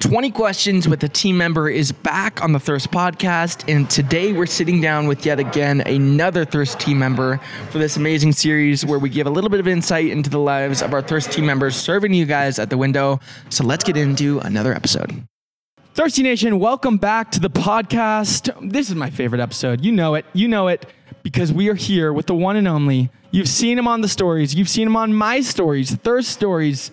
20 Questions with a Team Member is back on the Thirst Podcast. And today we're sitting down with yet again another Thirst Team member for this amazing series where we give a little bit of insight into the lives of our Thirst Team members serving you guys at the window. So let's get into another episode. Thirsty Nation, welcome back to the podcast. This is my favorite episode. You know it. You know it because we are here with the one and only. You've seen him on the stories, you've seen him on my stories, Thirst Stories,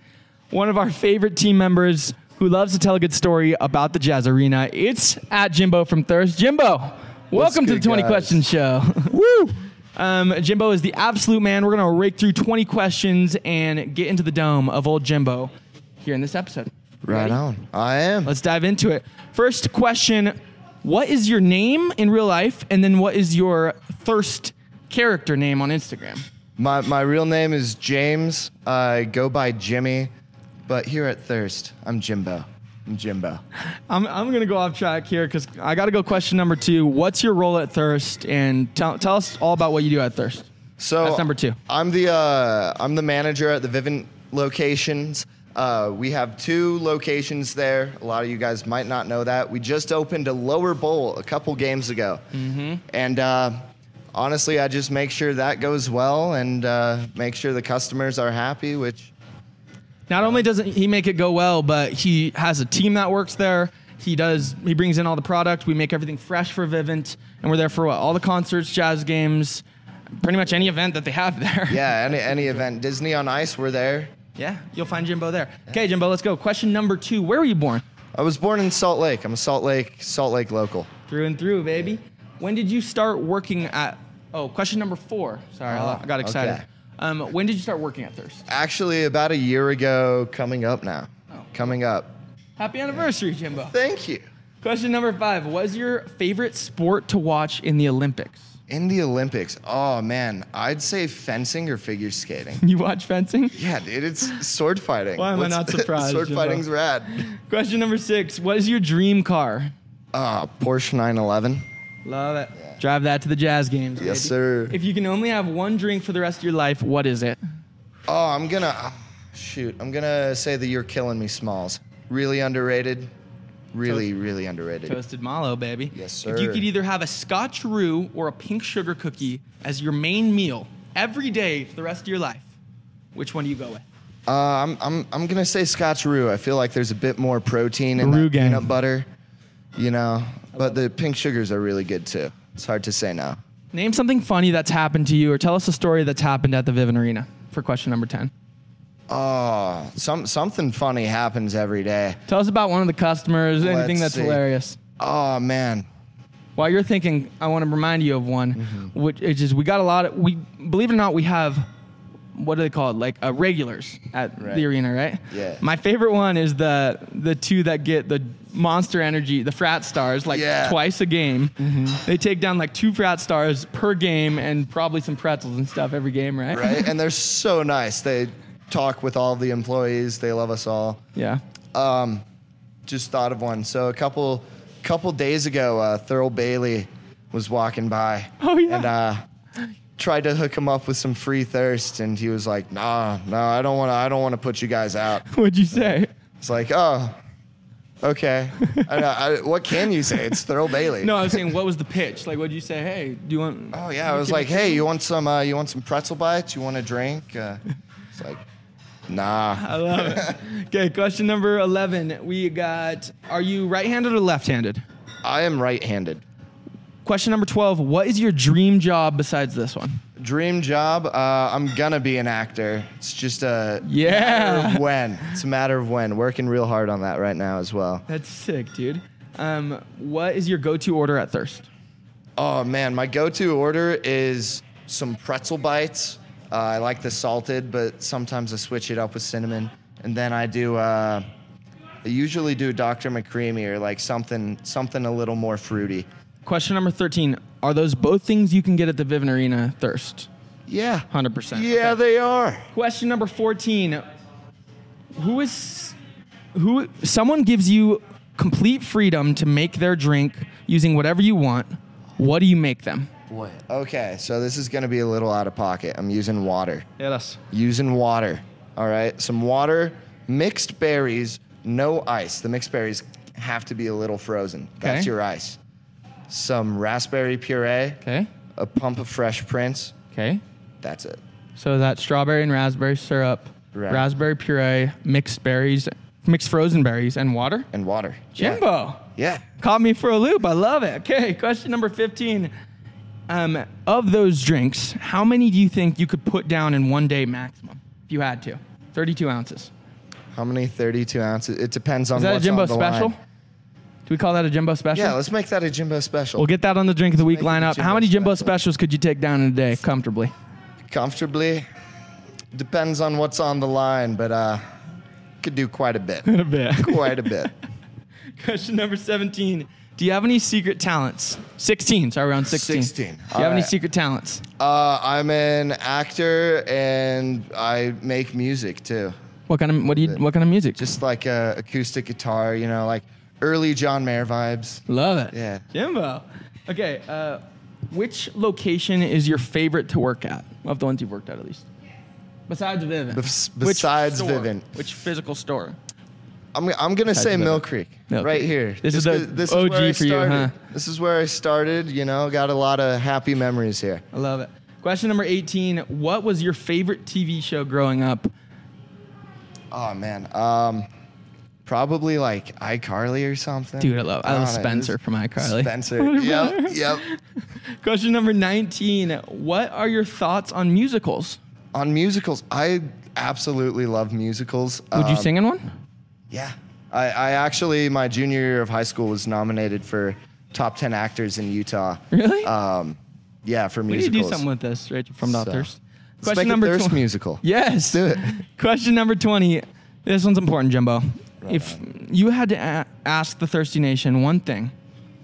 one of our favorite team members who loves to tell a good story about the Jazz Arena. It's at Jimbo from Thirst. Jimbo, welcome to the good, 20 guys? Question Show. Woo! Um, Jimbo is the absolute man. We're going to rake through 20 questions and get into the dome of old Jimbo here in this episode. Right on. I am. Let's dive into it. First question What is your name in real life? And then what is your thirst character name on Instagram? my my real name is James. I go by Jimmy, but here at Thirst, I'm Jimbo. I'm Jimbo. I'm, I'm going to go off track here because I got to go question number two. What's your role at Thirst? And tell, tell us all about what you do at Thirst. So That's number two. I'm the uh, I'm the manager at the Vivint locations. Uh, we have two locations there. A lot of you guys might not know that. We just opened a lower bowl a couple games ago, mm-hmm. and uh, honestly, I just make sure that goes well and uh, make sure the customers are happy, which Not only doesn't he make it go well, but he has a team that works there. He does. He brings in all the product. We make everything fresh for Vivint, and we're there for what, all the concerts, jazz games, pretty much any event that they have there. Yeah, any, any event. Disney on Ice, we're there. Yeah, you'll find Jimbo there. Okay, Jimbo, let's go. Question number two Where were you born? I was born in Salt Lake. I'm a Salt Lake, Salt Lake local. Through and through, baby. When did you start working at. Oh, question number four. Sorry, I lo- I got excited. Oh, okay. Um, when did you start working at Thirst? Actually, about a year ago, coming up now. Oh. Coming up. Happy anniversary, Jimbo. Thank you. Question number five What is your favorite sport to watch in the Olympics? In the Olympics, oh man, I'd say fencing or figure skating. You watch fencing? Yeah, dude, it's sword fighting. Why am I What's- not surprised, sword Jimbo? fighting's rad. Question number six What is your dream car? Ah, Porsche 911. Love it. Drive that to the jazz games. Yes, baby. sir. If you can only have one drink for the rest of your life, what is it? Oh, I'm gonna, ah, shoot, I'm gonna say that you're killing me, Smalls. Really underrated. Really, really underrated. Toasted mallow, baby. Yes, If you sir. could either have a scotch roux or a pink sugar cookie as your main meal every day for the rest of your life, which one do you go with? Uh, I'm, I'm, I'm gonna say Scotch Roux. I feel like there's a bit more protein in Roux that gang. peanut butter, you know. But the pink sugars are really good too. It's hard to say no. Name something funny that's happened to you or tell us a story that's happened at the Vivint Arena for question number 10. Oh, some something funny happens every day. Tell us about one of the customers, anything Let's that's see. hilarious. Oh man, While you're thinking, I want to remind you of one, Mm-hmm. which is just, we got a lot of, we, believe it or not, we have, what do they call it? Like uh, regulars at Right. the arena, right? Yeah. My favorite one is the, the two that get the monster energy, the frat stars, like Yeah. Mm-hmm. twice a game. They take down like two frat stars per game and probably some pretzels and stuff every game, right? right? and they're so nice. They talk with all the employees. They love us all. Yeah. just thought of one. So a couple couple days ago, uh, Thurl Bailey was walking by. Oh, yeah. And uh, tried to hook him up with some free thirst, and he was like, "Nah, no, I don't want to. I don't want to put you guys out." What'd you say? It's like, oh, okay. I, know, I, what can you say? It's Thurl Bailey. No, I was saying, what was the pitch? Like, what'd you say? Hey, do you want? Oh yeah, I was like, hey, you want some? Uh, you want some pretzel bites? You want a drink? Uh, it's like, nah. I love it. Okay, question number 11. We got, are you right handed or left handed? I am right-handed. Question number 12. What is your dream job besides this one? Dream job? Uh, I'm gonna be an actor. It's just a matter Yeah. of when. It's a matter of when. Working real hard on that right now as well. That's sick, dude. Um, what is your go to order at Thirst? Oh man, my go-to order is some pretzel bites. Uh, I like the salted, but sometimes I switch it up with cinnamon. And then I do. Uh, I usually do Dr. McCreamy or like something something a little more fruity. Question number 13. Are those both things you can get at the Vivint Arena Thirst? Yeah. 100%. Yeah, Okay. they are. Question number 14. Who is who someone gives you complete freedom to make their drink using whatever you want. What do you make them? Okay, so this is gonna be a little out of pocket. I'm using water. Yes. Using water. All right, some water, mixed berries, no ice. The mixed berries have to be a little frozen. That's Okay. your ice. Some raspberry puree, Okay. a pump of fresh prince. Okay. That's it. So that's strawberry and raspberry syrup, Right. raspberry puree, mixed berries, mixed frozen berries, and water. And water. Yeah. Jimbo. Yeah. Caught me for a loop. I love it. Okay, question number 15. Um, of those drinks, how many do you think you could put down in one day maximum if you had to? 32 ounces. How many 32 ounces? It depends on Is that a what's Jimbo on the special? line. Do we call that a Jimbo special? Yeah, let's make that a Jimbo special. we'll get that on the drink of the week Make it a lineup. Jimbo How many Jimbo special. specials could you take down in a day comfortably? Comfortably. Depends on what's on the line, but uh could do quite a bit. a bit. quite a bit. Question number 17. Do you have any secret talents? 16. Sorry, we're on 16. 16. Do you All have any right. secret talents? Uh, I'm an actor and I make music too. What kind of what do you what kind of music? Just like uh, acoustic guitar, you know, like early John Mayer vibes. Love it. Yeah. Jimbo. Okay. Uh, which location is your favorite to work at? Of the ones you've worked at, at least. Besides Vivint. Bes- Which besides store? Vivint. Which physical store? I'm, I'm gonna say Vivint. Mill Creek, Mill right Creek. here. This is Just the 'cause this OG where I for you, started. huh? This is where I started. You know, got a lot of happy memories here. I love it. Question number 18. What was your favorite TV show growing up? Oh man, um, probably like iCarly or something. Dude, I love- I love don't know, Spencer just- from iCarly. Spencer, yep, yep. Question number 19. What are your thoughts on musicals? On musicals, I absolutely love musicals. Would you Um, sing in one? Yeah. I, I actually, my junior year of high school was nominated for top 10 actors in Utah. Really? Um, yeah, for We need to musicals. do something with this, Rachel, from Dot So, Thirst. Let's make a Thirst twen- musical. Yes. do it. Question number 20. This one's important, Jimbo. if you had to a- ask the Thirsty Nation one thing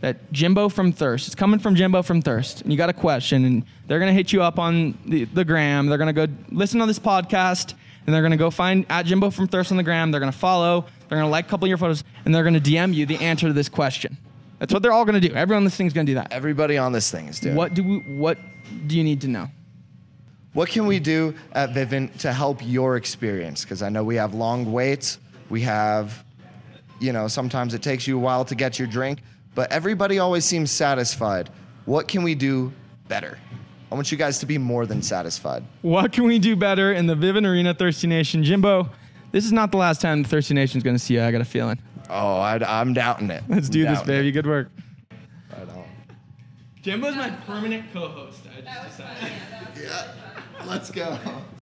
that Jimbo from Thirst, it's coming from Jimbo from Thirst, and you got a question, and they're going to hit you up on the, the gram. They're going to go listen to this podcast, and they're going to go find at Jimbo from Thirst on the gram. They're going to follow, they're going to like a couple of your photos, and they're going to DM you the answer to this question. That's what they're all going to do. Everyone listening is going to do that. Everybody on this thing is doing What do we, what do you need to know? What can we do at Vivint to help your experience? Because I know we have long waits. We have, you know, sometimes it takes you a while to get your drink, but everybody always seems satisfied. What can we do better? I want you guys to be more than satisfied. What can we do better in the Vivint Arena Thirsty Nation? Jimbo, this is not the last time the Thirsty Nation's going to see you. I got a feeling. Oh, I, am doubting it. Let's do I'm this, doubting it. baby. Good work. Right on. Jimbo's my permanent co host. I just Let's go.